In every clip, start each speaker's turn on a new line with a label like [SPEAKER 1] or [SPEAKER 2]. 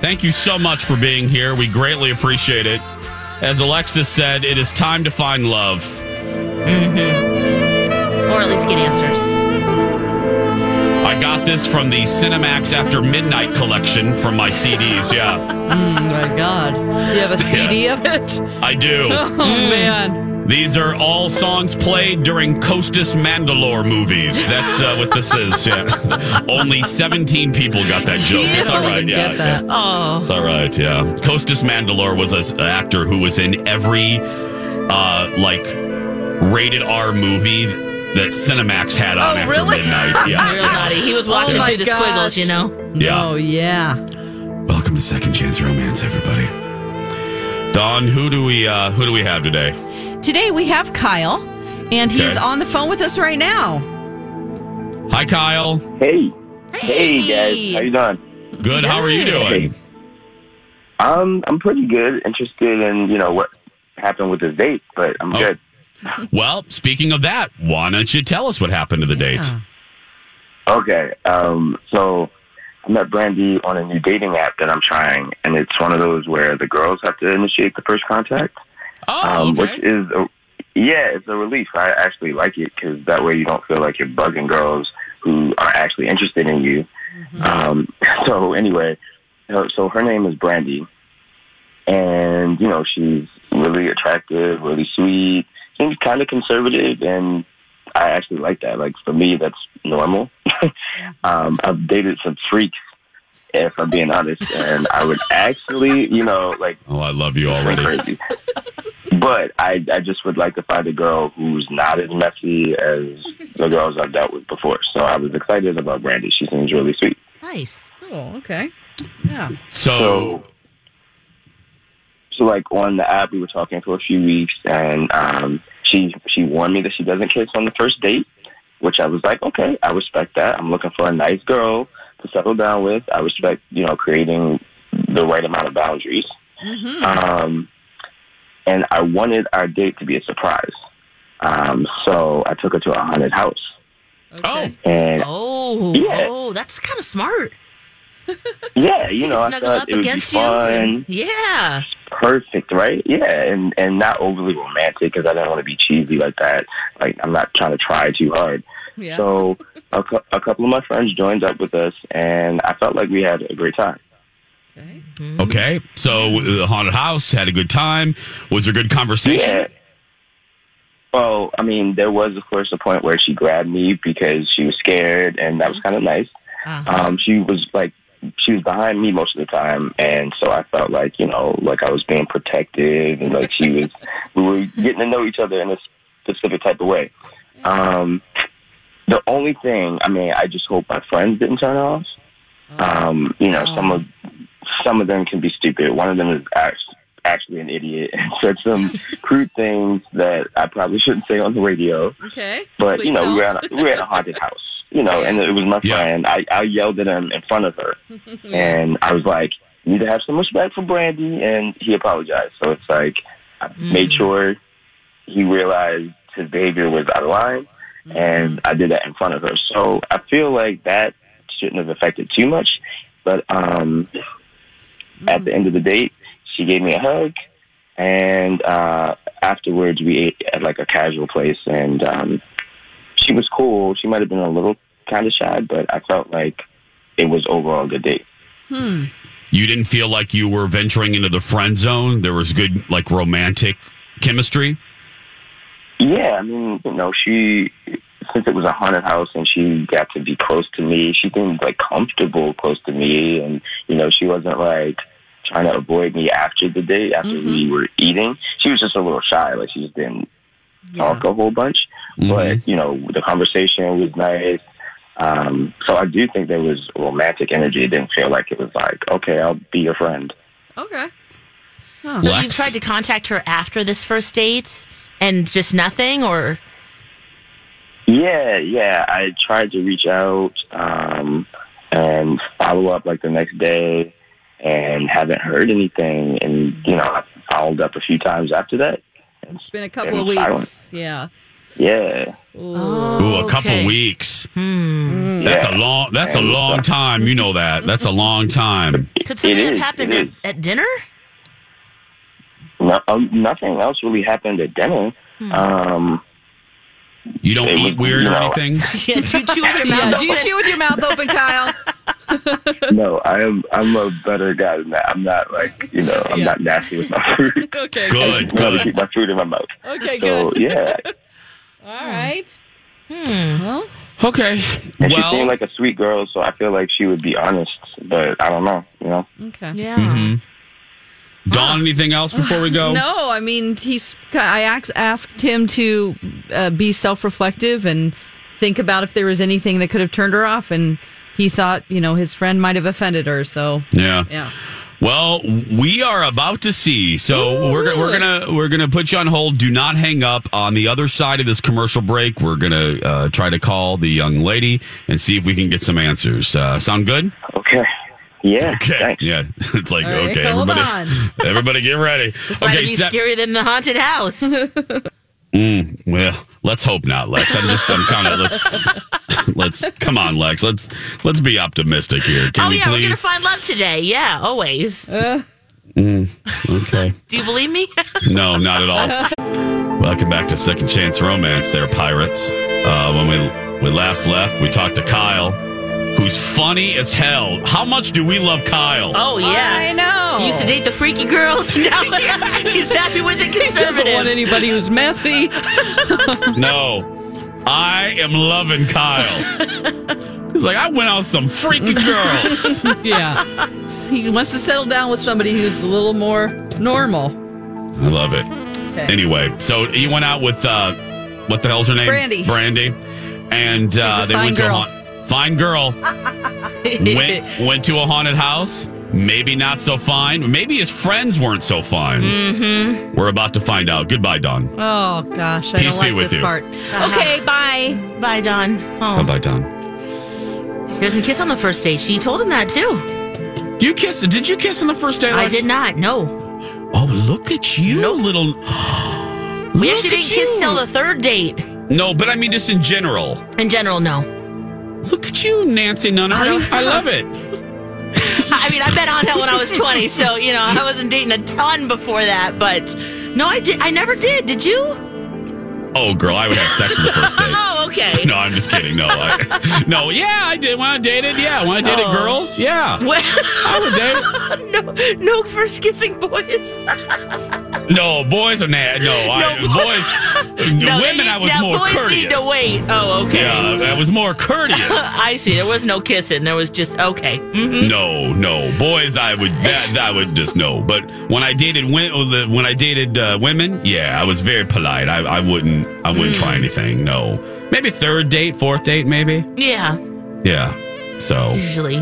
[SPEAKER 1] Thank you so much for being here. We greatly appreciate it. As Alexis said, it is time to find love.
[SPEAKER 2] Mm-hmm. Or at least get answers.
[SPEAKER 1] I got this from the Cinemax After Midnight collection from my CDs. Yeah.
[SPEAKER 3] Mm, my God. You have a CD yeah. of it?
[SPEAKER 1] I do. Mm.
[SPEAKER 3] Oh, man.
[SPEAKER 1] These are all songs played during Costas Mandalore movies. That's uh, what this is. Yeah. Only 17 people got that joke.
[SPEAKER 3] You
[SPEAKER 1] it's all right. Yeah, yeah.
[SPEAKER 3] Oh.
[SPEAKER 1] It's all right. Yeah. Costas Mandalore was an actor who was in every uh, like rated R movie that Cinemax had on
[SPEAKER 3] Oh,
[SPEAKER 1] after
[SPEAKER 3] really?
[SPEAKER 1] midnight. Yeah.
[SPEAKER 2] Real naughty. He
[SPEAKER 1] Oh
[SPEAKER 2] was watching
[SPEAKER 3] my
[SPEAKER 2] through the squiggles,
[SPEAKER 3] gosh.
[SPEAKER 2] you know.
[SPEAKER 1] Yeah.
[SPEAKER 3] Oh, yeah.
[SPEAKER 1] Welcome to Second Chance Romance, everybody. Don, who do we uh, who do we have today?
[SPEAKER 4] Today we have Kyle, and he's
[SPEAKER 1] Okay.
[SPEAKER 4] on the phone with us right now.
[SPEAKER 1] Hi, Kyle.
[SPEAKER 5] Hey. Hey, guys. How you doing?
[SPEAKER 1] Good. How are you doing?
[SPEAKER 5] Um, I'm pretty good. Interested in, you know, what happened with the date, but I'm
[SPEAKER 1] Oh.
[SPEAKER 5] good.
[SPEAKER 1] Well, speaking of that, why don't you tell us what happened to the date?
[SPEAKER 5] Okay. Um, so I met Brandy on a new dating app that I'm trying, and it's one of those where the girls have to initiate the first contact,
[SPEAKER 1] Oh,
[SPEAKER 5] um, which
[SPEAKER 1] okay.
[SPEAKER 5] is, a, yeah, it's a relief. I actually like it because that way you don't feel like you're bugging girls who are actually interested in you.
[SPEAKER 1] Mm-hmm.
[SPEAKER 5] Um, so anyway, her- so her name is Brandy, and you know she's really attractive, really sweet, seems kind of conservative, and I actually like that. Like for me, that's normal. um, I've dated some freaks, if I'm being honest, and I would actually, you know, like
[SPEAKER 1] Oh, I love you
[SPEAKER 5] I'm
[SPEAKER 1] already.
[SPEAKER 5] crazy. But I, I just would like to find a girl who's not as messy as the girls I've dealt with before. So I was excited about Brandy. She seems really sweet.
[SPEAKER 2] Nice.
[SPEAKER 3] Cool. Oh, Okay. Yeah.
[SPEAKER 1] So,
[SPEAKER 5] So, so like on the app, we were talking for a few weeks, and um, she she warned me that she doesn't kiss on the first date, which I was like, okay, I respect that. I'm looking for a nice girl to settle down with. I respect, you know, creating the right amount of boundaries.
[SPEAKER 2] Mm-hmm.
[SPEAKER 5] Um, and I wanted our date to be a surprise. Um, so I took her to a haunted house,
[SPEAKER 1] oh,
[SPEAKER 5] and
[SPEAKER 2] Oh,
[SPEAKER 5] Yeah.
[SPEAKER 2] oh, that's kind of smart.
[SPEAKER 5] yeah, you know, Oh, I
[SPEAKER 2] Snuggle
[SPEAKER 5] thought
[SPEAKER 2] up
[SPEAKER 5] it would be
[SPEAKER 2] against you.
[SPEAKER 5] fun.
[SPEAKER 2] and- Yeah.
[SPEAKER 5] perfect, right? Yeah, and and not overly romantic because I didn't want to be cheesy like that. Like I'm not trying to try too hard.
[SPEAKER 3] Yeah.
[SPEAKER 5] So a, cou- a couple of my friends joined up with us, and I felt like we had a great time.
[SPEAKER 3] okay.
[SPEAKER 1] okay. So the haunted house had a good time. Was there good conversation?
[SPEAKER 5] Yeah. Well, I mean, there was of course a point where she grabbed me because she was scared, and that was kind of nice.
[SPEAKER 2] Uh-huh.
[SPEAKER 5] Um, she was like, she was behind me most of the time, and so I felt like, you know, like I was being protected, and like she was, we were getting to know each other in a specific type of way. Um, the only thing, I mean, I just hope my friends didn't turn off. Um, you know, some of some of them can be stupid. One of them is act- actually an idiot and said some crude things that I probably shouldn't say on the radio.
[SPEAKER 3] Okay.
[SPEAKER 5] But
[SPEAKER 3] Please
[SPEAKER 5] you know, we were
[SPEAKER 3] don't.
[SPEAKER 5] at a, we were at a haunted house, you know, and it was my
[SPEAKER 1] Yeah.
[SPEAKER 5] friend. I, I yelled at him in front of her, and I was like, "You need to have some respect for Brandy." And he apologized. So it's like I
[SPEAKER 3] Hmm.
[SPEAKER 5] made sure he realized his behavior was out of line, and I did that in front of her. So I feel like that shouldn't have affected too much. But um, at the end of the date, she gave me a hug, and uh, afterwards we ate at like a casual place, and um, she was cool. She might have been a little kind of shy, but I felt like it was overall a good date.
[SPEAKER 1] You You didn't feel like you were venturing into the friend zone. There was good, like, romantic chemistry.
[SPEAKER 5] Yeah, I mean, you know, she since it was a haunted house and she got to be close to me, she seemed like comfortable close to me, and you know, she wasn't like trying to avoid me after the date after we were eating. She was just a little shy, like she just didn't talk a whole bunch. But you know, the conversation was nice. Um, so I do think there was romantic energy. It didn't feel like it was like, okay, I'll be your friend.
[SPEAKER 3] Okay.
[SPEAKER 2] So you
[SPEAKER 1] Lex?
[SPEAKER 2] tried to contact her after this first date and just nothing, or
[SPEAKER 5] Yeah, yeah. I tried to reach out um, and follow up like the next day, and haven't heard anything. And you know, I followed up a few times after that.
[SPEAKER 3] It's been a couple of
[SPEAKER 5] Been silent.
[SPEAKER 3] weeks. Yeah.
[SPEAKER 5] Yeah,
[SPEAKER 1] Ooh, a couple
[SPEAKER 2] Okay. Hmm.
[SPEAKER 1] weeks. Hmm. That's a
[SPEAKER 5] Yeah.
[SPEAKER 1] long. That's a
[SPEAKER 5] And,
[SPEAKER 1] long
[SPEAKER 5] uh,
[SPEAKER 1] time. You know that. That's a long time.
[SPEAKER 2] could something
[SPEAKER 5] It
[SPEAKER 2] have
[SPEAKER 5] is,
[SPEAKER 2] happened
[SPEAKER 5] it
[SPEAKER 2] at,
[SPEAKER 5] is.
[SPEAKER 2] at dinner?
[SPEAKER 5] no, um, nothing else really happened at dinner.
[SPEAKER 3] Hmm.
[SPEAKER 5] Um,
[SPEAKER 1] You don't
[SPEAKER 5] It
[SPEAKER 1] eat
[SPEAKER 5] was-
[SPEAKER 1] weird or
[SPEAKER 5] no.
[SPEAKER 1] anything.
[SPEAKER 2] Yeah, do you chew with your mouth
[SPEAKER 3] Yeah. Do you chew with your mouth open, Kyle?
[SPEAKER 5] no, I'm I'm a better guy than that. I'm not like you know, I'm
[SPEAKER 3] Yeah.
[SPEAKER 5] not nasty with my food.
[SPEAKER 3] Okay.
[SPEAKER 5] I
[SPEAKER 1] Good.
[SPEAKER 5] just love to
[SPEAKER 1] Good.
[SPEAKER 5] keep my food in my mouth.
[SPEAKER 3] Okay.
[SPEAKER 5] So
[SPEAKER 3] Good.
[SPEAKER 5] yeah,
[SPEAKER 3] All right.
[SPEAKER 1] Okay.
[SPEAKER 5] and she
[SPEAKER 1] Well.
[SPEAKER 5] seemed like a sweet girl, so I feel like she would be honest. But I don't know, you know.
[SPEAKER 3] Okay.
[SPEAKER 2] Yeah.
[SPEAKER 1] Mm-hmm. Dawn, anything else before we go?
[SPEAKER 3] No, I mean he's. I ax- asked him to uh, be self-reflective and think about if there was anything that could have turned her off, and he thought you know his friend might have offended her. So
[SPEAKER 1] Yeah.
[SPEAKER 3] yeah,
[SPEAKER 1] Well, we are about to see. So we're go- we're gonna we're gonna put you on hold. Do not hang up. On the other side of this commercial break, we're gonna uh, try to call the young lady and see if we can get some answers. Uh, sound good?
[SPEAKER 5] Okay. Yeah.
[SPEAKER 1] Okay.
[SPEAKER 5] Thanks.
[SPEAKER 1] Yeah. It's like
[SPEAKER 3] All right,
[SPEAKER 1] okay.
[SPEAKER 3] hold
[SPEAKER 1] Everybody,
[SPEAKER 3] on.
[SPEAKER 1] everybody, get ready.
[SPEAKER 2] This might
[SPEAKER 1] okay.
[SPEAKER 2] be
[SPEAKER 1] Seth-
[SPEAKER 2] scarier than the haunted house.
[SPEAKER 1] Well, let's hope not, Lex. I'm just I'm kind of let's let's come on, Lex. Let's let's be optimistic here. Can
[SPEAKER 2] oh
[SPEAKER 1] we
[SPEAKER 2] yeah, we're gonna
[SPEAKER 1] please?
[SPEAKER 2] find love today. Yeah, always.
[SPEAKER 1] okay.
[SPEAKER 2] Do you believe me?
[SPEAKER 1] No, not at all. Welcome back to Second Chance Romance, there, pirates. Uh, when we we last left, we talked to Kyle, who's funny as hell. How much do we love Kyle?
[SPEAKER 2] oh
[SPEAKER 3] I
[SPEAKER 2] yeah.
[SPEAKER 3] know.
[SPEAKER 2] He used to date the freaky girls. Now he's happy with the
[SPEAKER 3] he doesn't want
[SPEAKER 2] conservative.
[SPEAKER 3] anybody who's messy.
[SPEAKER 1] No. I am loving Kyle. He's like, I went out with some freaking girls.
[SPEAKER 3] yeah, he wants to settle down with somebody who's a little more normal.
[SPEAKER 1] I love it. Anyway, so you went out with uh, what the hell's her name?
[SPEAKER 3] Brandy.
[SPEAKER 1] Brandy, and uh,
[SPEAKER 3] a
[SPEAKER 1] they
[SPEAKER 3] fine
[SPEAKER 1] went
[SPEAKER 3] girl.
[SPEAKER 1] to a haunt. Fine girl went went to a haunted house. Maybe not so fine. Maybe his friends weren't so fine. Mm-hmm. We're about to find out. Goodbye, Don.
[SPEAKER 3] Oh gosh, I
[SPEAKER 1] Peace
[SPEAKER 3] don't
[SPEAKER 1] be
[SPEAKER 3] like
[SPEAKER 1] with
[SPEAKER 3] this
[SPEAKER 1] you.
[SPEAKER 3] part.
[SPEAKER 2] Uh-huh.
[SPEAKER 3] Okay, bye.
[SPEAKER 2] Bye, Don. Oh,
[SPEAKER 1] Goodbye, Don.
[SPEAKER 2] she doesn't kiss on the first date. She told him that too.
[SPEAKER 1] Do you kiss? Did you kiss on the first day?
[SPEAKER 2] I
[SPEAKER 1] Lex?
[SPEAKER 2] did not. No,
[SPEAKER 1] Oh, look at you, little.
[SPEAKER 2] we
[SPEAKER 1] Look
[SPEAKER 2] actually
[SPEAKER 1] at
[SPEAKER 2] didn't kiss
[SPEAKER 1] you.
[SPEAKER 2] till the third date.
[SPEAKER 1] No, but I mean just in general.
[SPEAKER 2] In general, no.
[SPEAKER 1] Look at you, Nancy Nunnery. I love it.
[SPEAKER 2] I mean, I met on hell when I was 20, so you know, I wasn't dating a ton before that, but no, I did I never did. Did you?
[SPEAKER 1] Oh, girl, I would have sex on the first date.
[SPEAKER 2] Oh, okay.
[SPEAKER 1] No, I'm just kidding. No, I, no, yeah, I did when I dated. Yeah, when I dated
[SPEAKER 2] Oh.
[SPEAKER 1] girls. Yeah,
[SPEAKER 2] Well,
[SPEAKER 1] I would
[SPEAKER 2] no, no first kissing boys.
[SPEAKER 1] date. No, boys are not. No, I,
[SPEAKER 2] No,
[SPEAKER 1] boys.
[SPEAKER 2] No, they
[SPEAKER 1] women,
[SPEAKER 2] need-
[SPEAKER 1] I was
[SPEAKER 2] now
[SPEAKER 1] more
[SPEAKER 2] boys
[SPEAKER 1] courteous.
[SPEAKER 2] need to wait. Oh, okay.
[SPEAKER 1] Yeah, I was more courteous.
[SPEAKER 2] I see. There was no kissing. There was just okay. Mhm.
[SPEAKER 1] no, no, boys, I would that that would just no. But when I dated when when I dated uh, women, yeah, I was very polite. I, I wouldn't I wouldn't
[SPEAKER 2] Mm.
[SPEAKER 1] try anything. No, maybe third date, fourth date, maybe.
[SPEAKER 2] Yeah,
[SPEAKER 1] Yeah. So
[SPEAKER 2] usually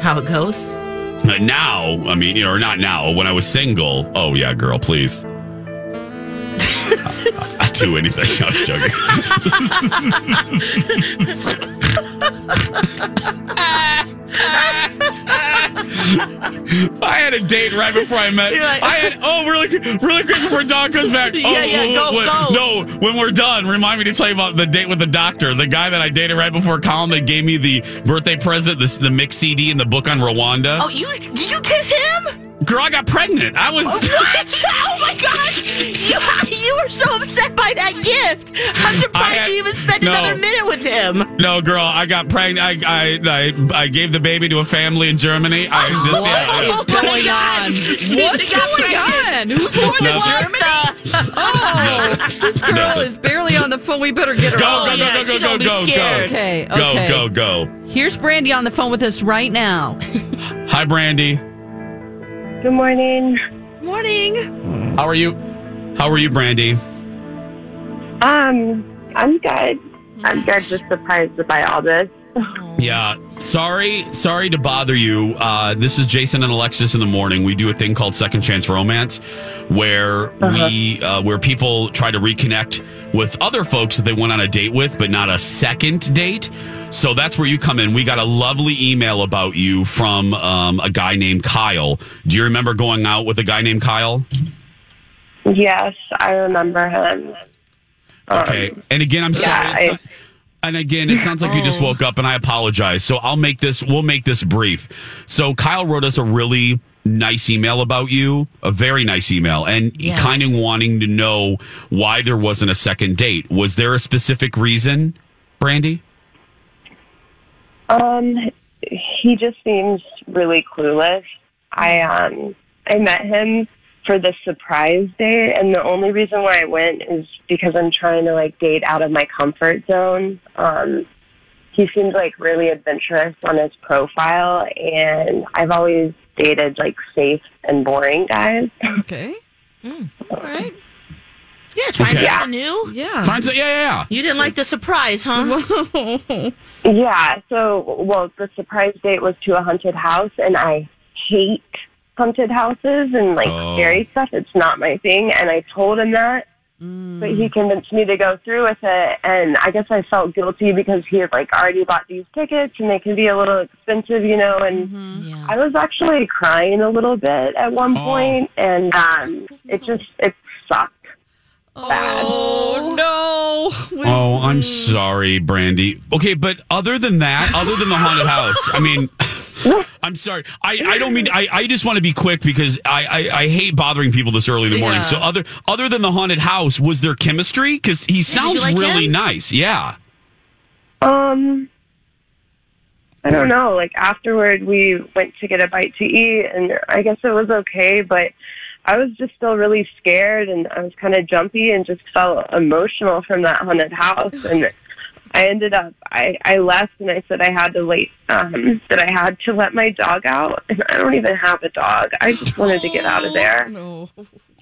[SPEAKER 2] how it goes.
[SPEAKER 1] Uh, now, I mean, you know, or not now, when I was single, oh yeah, girl, please. I, would do anything. No, I'm just joking. I had a date right before I met.
[SPEAKER 2] You're like-
[SPEAKER 1] I had oh really quick- really quick before Don comes back.
[SPEAKER 2] Yeah,
[SPEAKER 1] oh,
[SPEAKER 2] yeah,
[SPEAKER 1] oh,
[SPEAKER 2] go,
[SPEAKER 1] when-
[SPEAKER 2] go.
[SPEAKER 1] No, when we're done, remind me to tell you about the date with the doctor, the guy that I dated right before Colin that gave me the birthday present, this the mix CD and the book on Rwanda.
[SPEAKER 2] Oh, you did you kiss him?
[SPEAKER 1] Girl, I got pregnant. I was.
[SPEAKER 2] What? Oh my gosh! You, you were so upset by that gift. I'm surprised
[SPEAKER 1] had-
[SPEAKER 2] you even spent
[SPEAKER 1] no.
[SPEAKER 2] another minute with him.
[SPEAKER 1] No, girl, I got pregnant. I, I, I, I gave the baby to a family in Germany. I just, yeah,
[SPEAKER 2] What is going on?
[SPEAKER 3] What's going on? Who's going
[SPEAKER 1] No,
[SPEAKER 3] to
[SPEAKER 1] sir.
[SPEAKER 3] Germany? Oh, this girl is barely on the phone. We better get her
[SPEAKER 1] Go,
[SPEAKER 3] on.
[SPEAKER 1] go,
[SPEAKER 2] yeah,
[SPEAKER 1] go,
[SPEAKER 2] she
[SPEAKER 1] go, go,
[SPEAKER 2] gonna be
[SPEAKER 1] go, go.
[SPEAKER 2] scared.
[SPEAKER 3] Okay, okay.
[SPEAKER 1] Go, go, go.
[SPEAKER 3] Here's Brandy on the phone with us right now.
[SPEAKER 1] Hi, Brandy.
[SPEAKER 6] Good morning.
[SPEAKER 2] Morning.
[SPEAKER 1] How are you? How are you, Brandy?
[SPEAKER 6] Um, I'm good. I'm good. Just surprised by all this.
[SPEAKER 1] Yeah. Sorry, sorry to bother you. Uh, this is Jason and Alexis in the morning. We do a thing called Second Chance Romance, where we uh, where people try to reconnect with other folks that they went on a date with, but not a second date. So that's where you come in. We got a lovely email about you from um, a guy named Kyle. Do you remember going out with a guy named Kyle?
[SPEAKER 6] Yes, I remember him.
[SPEAKER 1] Okay. And again, I'm sorry.
[SPEAKER 6] yeah,
[SPEAKER 1] It's not- and again, it sounds like you just woke up, and I apologize. So I'll make this. We'll make this brief. So Kyle wrote us a really nice email about you, a very nice email, and kind of wanting to know why there wasn't a second date. Was there a specific reason, Brandy?
[SPEAKER 6] Um, he just seems really clueless. I um, I met him for the surprise date, and the only reason why I went is because I'm trying to like date out of my comfort zone. Um, he seems like really adventurous on his profile, and I've always dated like safe and boring guys.
[SPEAKER 3] Okay. All right.
[SPEAKER 2] Yeah, trying
[SPEAKER 1] Okay.
[SPEAKER 2] something new.
[SPEAKER 3] Yeah.
[SPEAKER 1] Finds it. Yeah, yeah,
[SPEAKER 2] You didn't like the surprise, huh?
[SPEAKER 6] Yeah, so well, the surprise date was to a haunted house, and I hate haunted houses and like
[SPEAKER 1] Oh.
[SPEAKER 6] scary stuff. It's not my thing, and I told him that,
[SPEAKER 1] Mm.
[SPEAKER 6] but he convinced me to go through with it. And I guess I felt guilty because he had like already bought these tickets, and they can be a little expensive, you know. And I was actually crying a little bit at one
[SPEAKER 1] Mm-hmm. Oh.
[SPEAKER 6] point, and um, it just it sucked. Bad.
[SPEAKER 3] Oh no.
[SPEAKER 1] yeah. Oh, I'm sorry, Brandy. Okay, but other than that, other than the haunted house, I mean. I'm sorry. I, I don't mean I, I just want to be quick because I, I, I hate bothering people this early in the morning.
[SPEAKER 3] Yeah.
[SPEAKER 1] So other other than the haunted house, was there chemistry? Because he sounds
[SPEAKER 2] like
[SPEAKER 1] really
[SPEAKER 2] him?
[SPEAKER 1] nice. Yeah.
[SPEAKER 6] Um, I don't know. Like afterward, we went to get a bite to eat, and I guess it was okay, but I was just still really scared, and I was kind of jumpy, and just felt emotional from that haunted house, and. I ended up. I, I left, and I said I had to late. Um, that I had to let my dog out, and I don't even have a dog. I just wanted to get out of there.
[SPEAKER 3] No.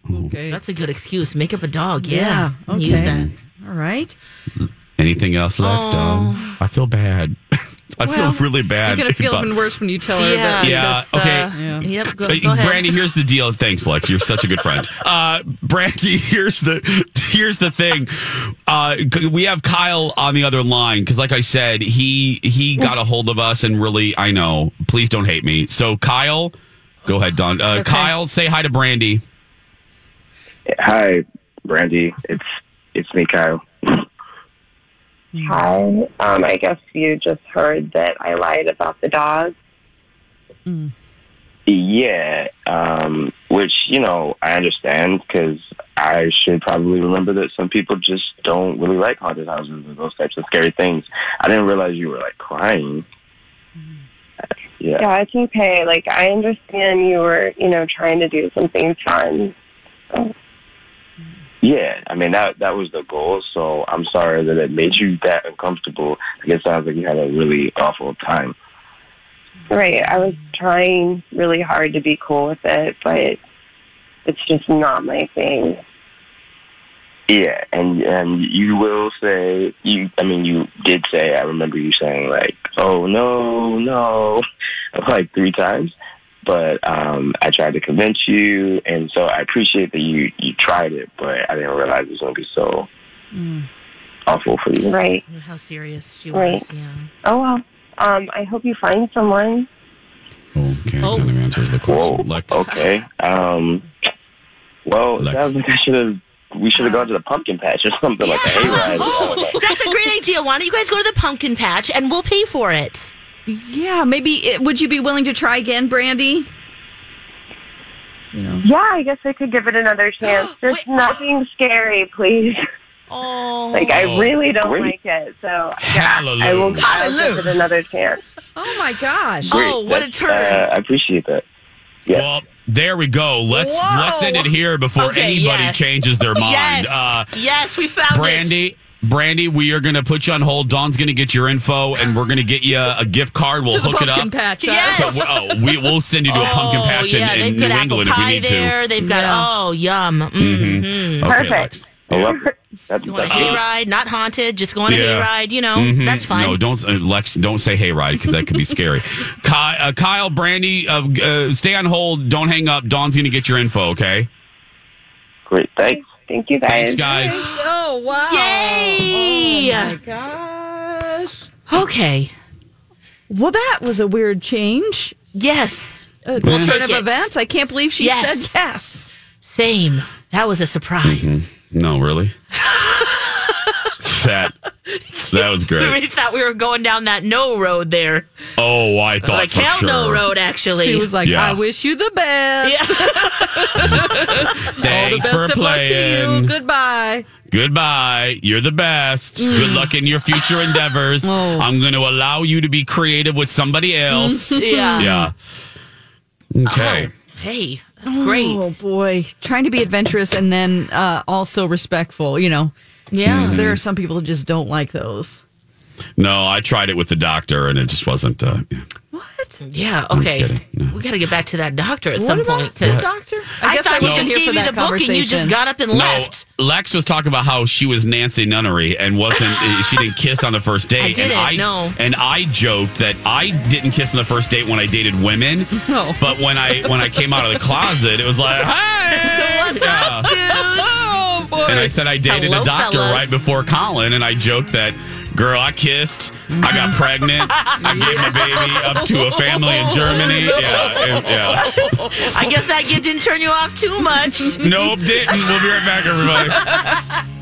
[SPEAKER 3] Okay.
[SPEAKER 2] Oh. That's a good excuse. Make up a dog.
[SPEAKER 3] yeah.
[SPEAKER 2] Yeah.
[SPEAKER 3] Okay.
[SPEAKER 2] Use that.
[SPEAKER 3] All right.
[SPEAKER 1] Anything else, Lex? Dom? I feel bad. I
[SPEAKER 3] Oh. Well,
[SPEAKER 1] feel really bad.
[SPEAKER 3] You're gonna feel
[SPEAKER 1] about-
[SPEAKER 3] even worse when you tell her that.
[SPEAKER 1] Yeah,
[SPEAKER 2] because,
[SPEAKER 1] okay.
[SPEAKER 2] uh, Yep. Go,
[SPEAKER 1] Hey,
[SPEAKER 2] go ahead.
[SPEAKER 1] Brandy, here's the deal. Thanks, Lex. You're such a good friend. Uh, Brandy, here's the here's the thing. Uh, c- we have Kyle on the other line because, like I said, he he got a hold of us and really, I know. Please don't hate me. So, Kyle, go ahead, Don. Uh, Kyle, say hi to Brandy.
[SPEAKER 5] Hi, Brandy. It's it's me, Kyle.
[SPEAKER 6] Hi. Um, I guess you just heard that I lied about the dog.
[SPEAKER 5] Yeah, um, which you know I understand because I should probably remember that some people just don't really like haunted houses or those types of scary things. I didn't realize you were like crying. Yeah,
[SPEAKER 6] Yeah, it's okay. Like I understand you were, you know, trying to do something fun.
[SPEAKER 5] yeah. I mean that that was the goal. So I'm sorry that it made you that uncomfortable. I guess it sounds like you had a really awful time.
[SPEAKER 6] Right. I was trying really hard to be cool with it, but it's just not my thing.
[SPEAKER 5] Yeah, and and you will say you. I mean, you did say. I remember you saying like, "Oh no, no," like three times. But um, I tried to convince you, and so I appreciate that you you tried it. But I didn't realize it was going to be so awful for you.
[SPEAKER 6] Right.
[SPEAKER 2] How serious she
[SPEAKER 6] Right.
[SPEAKER 2] was. Yeah.
[SPEAKER 6] Oh well. Um, I hope you find someone.
[SPEAKER 1] Okay,
[SPEAKER 2] Oh. kind
[SPEAKER 1] of answers the
[SPEAKER 5] Whoa. Okay. Um. Well,
[SPEAKER 1] Lex.
[SPEAKER 5] sounds like I should have. We should have gone to the pumpkin patch or something like that. Hey, Ryan.
[SPEAKER 2] Oh, that's a great idea. Why don't you guys go to the pumpkin patch and we'll pay for it?
[SPEAKER 3] Yeah. Maybe. It, would you be willing to try again, Brandy? you know.
[SPEAKER 6] Yeah, I guess I could give it another chance. There's
[SPEAKER 2] Wait.
[SPEAKER 6] nothing scary, please.
[SPEAKER 2] Oh.
[SPEAKER 6] Like I
[SPEAKER 1] Oh,
[SPEAKER 6] really don't
[SPEAKER 5] great.
[SPEAKER 6] like it, so yeah, I will
[SPEAKER 1] Hallelujah.
[SPEAKER 6] I will give it another chance.
[SPEAKER 3] Oh my gosh.
[SPEAKER 5] Great.
[SPEAKER 2] Oh, what a
[SPEAKER 5] That's,
[SPEAKER 2] turn.
[SPEAKER 5] Uh, I appreciate that. Yeah.
[SPEAKER 1] Well, there we go. Let's
[SPEAKER 2] Whoa.
[SPEAKER 1] let's end it here before
[SPEAKER 2] Okay,
[SPEAKER 1] anybody
[SPEAKER 2] yeah.
[SPEAKER 1] changes their mind.
[SPEAKER 2] Yes.
[SPEAKER 1] Uh,
[SPEAKER 2] yes, we found it.
[SPEAKER 1] Brandy, Brandy, we are going to put you on hold. Dawn's going to get your info, and we're going to get you a, a gift card. We'll
[SPEAKER 3] To the
[SPEAKER 1] hook it
[SPEAKER 3] pumpkin
[SPEAKER 1] up.
[SPEAKER 3] patch. huh?
[SPEAKER 2] Yes. Oh,
[SPEAKER 1] So, oh, we, we'll send you to a pumpkin patch
[SPEAKER 2] yeah,
[SPEAKER 1] in,
[SPEAKER 2] they
[SPEAKER 1] in
[SPEAKER 2] put
[SPEAKER 1] New
[SPEAKER 2] apple
[SPEAKER 1] England if we
[SPEAKER 2] pie
[SPEAKER 1] need
[SPEAKER 2] there. They've got
[SPEAKER 3] Yeah.
[SPEAKER 2] oh yum. Mm-hmm.
[SPEAKER 1] to. Okay,
[SPEAKER 6] Perfect.
[SPEAKER 1] Lex.
[SPEAKER 5] I love it. That's
[SPEAKER 2] You want a
[SPEAKER 5] that's it.
[SPEAKER 2] hayride? Not haunted. Just going
[SPEAKER 1] Uh, Yeah.
[SPEAKER 2] a hayride. You know
[SPEAKER 1] Mhm.
[SPEAKER 2] that's fine.
[SPEAKER 1] No, don't uh, Lex. Don't say hayride because that could be scary. Kyle, uh, Kyle Brandy, uh, uh, stay on hold. Don't hang up. Dawn's going to get your info. Okay.
[SPEAKER 5] Great. Thanks.
[SPEAKER 6] Thank you
[SPEAKER 1] Thanks, guys.
[SPEAKER 3] Oh wow.
[SPEAKER 2] Yay!
[SPEAKER 3] Oh my gosh.
[SPEAKER 2] okay.
[SPEAKER 3] Well, that was a weird change.
[SPEAKER 2] Yes.
[SPEAKER 3] A we'll Uh, turn of
[SPEAKER 2] it.
[SPEAKER 3] events. I can't believe she
[SPEAKER 2] Yes.
[SPEAKER 3] said yes.
[SPEAKER 2] Same. That was a surprise.
[SPEAKER 1] No, really. that that was
[SPEAKER 2] We
[SPEAKER 1] great.
[SPEAKER 2] thought we were going down that no road there,
[SPEAKER 1] Oh, I thought
[SPEAKER 2] like
[SPEAKER 1] for
[SPEAKER 2] hell
[SPEAKER 1] sure.
[SPEAKER 2] no road. Actually,
[SPEAKER 3] She was like,
[SPEAKER 1] Yeah.
[SPEAKER 3] "I wish you the best.
[SPEAKER 1] Thanks
[SPEAKER 3] Best
[SPEAKER 1] for
[SPEAKER 3] of luck to
[SPEAKER 1] playing.
[SPEAKER 3] you. Goodbye."
[SPEAKER 1] Goodbye. You're the best. Good luck in your future endeavors.
[SPEAKER 2] Oh.
[SPEAKER 1] I'm going to allow you to be creative with somebody else.
[SPEAKER 2] yeah. Oh, Uh-huh.
[SPEAKER 1] yeah. Okay.
[SPEAKER 2] Hey, that's great.
[SPEAKER 3] Oh boy, trying to be adventurous and then uh, also respectful. You know,
[SPEAKER 2] Yeah.
[SPEAKER 1] Mm-hmm.
[SPEAKER 2] Mm.
[SPEAKER 3] 'Cause there are some people who just don't like those.
[SPEAKER 1] No, I tried it with the doctor, and it just wasn't. Uh, yeah.
[SPEAKER 3] What?
[SPEAKER 2] Yeah. Okay.
[SPEAKER 1] kidding. No.
[SPEAKER 2] We got to get back to that doctor at
[SPEAKER 3] What
[SPEAKER 2] some
[SPEAKER 3] about
[SPEAKER 2] point
[SPEAKER 3] the doctor? I guess I,
[SPEAKER 2] thought we just
[SPEAKER 3] wasn't here
[SPEAKER 2] gave
[SPEAKER 3] for
[SPEAKER 2] you
[SPEAKER 3] that
[SPEAKER 2] the book and you just
[SPEAKER 3] conversation.
[SPEAKER 2] got up and left.
[SPEAKER 1] No, Lex was talking about how she was Nancy Nunnery and wasn't. she didn't kiss on the first date.
[SPEAKER 2] didn't,
[SPEAKER 1] and I
[SPEAKER 2] no.
[SPEAKER 1] And I joked that I didn't kiss on the first date when I dated women.
[SPEAKER 3] No.
[SPEAKER 1] But when I when I came out of the closet, it was like, hey,
[SPEAKER 2] What's
[SPEAKER 1] Yeah.
[SPEAKER 2] up, dude?
[SPEAKER 3] Oh boy.
[SPEAKER 1] And I said I dated
[SPEAKER 2] Hello,
[SPEAKER 1] a doctor
[SPEAKER 2] fellas.
[SPEAKER 1] right before Colin, and I joked that. Girl, I kissed. I got pregnant. I gave my baby up to a family in Germany. Yeah, and- yeah.
[SPEAKER 2] I guess that gift didn't turn you off too much.
[SPEAKER 1] Nope, didn't. We'll be right back, everybody.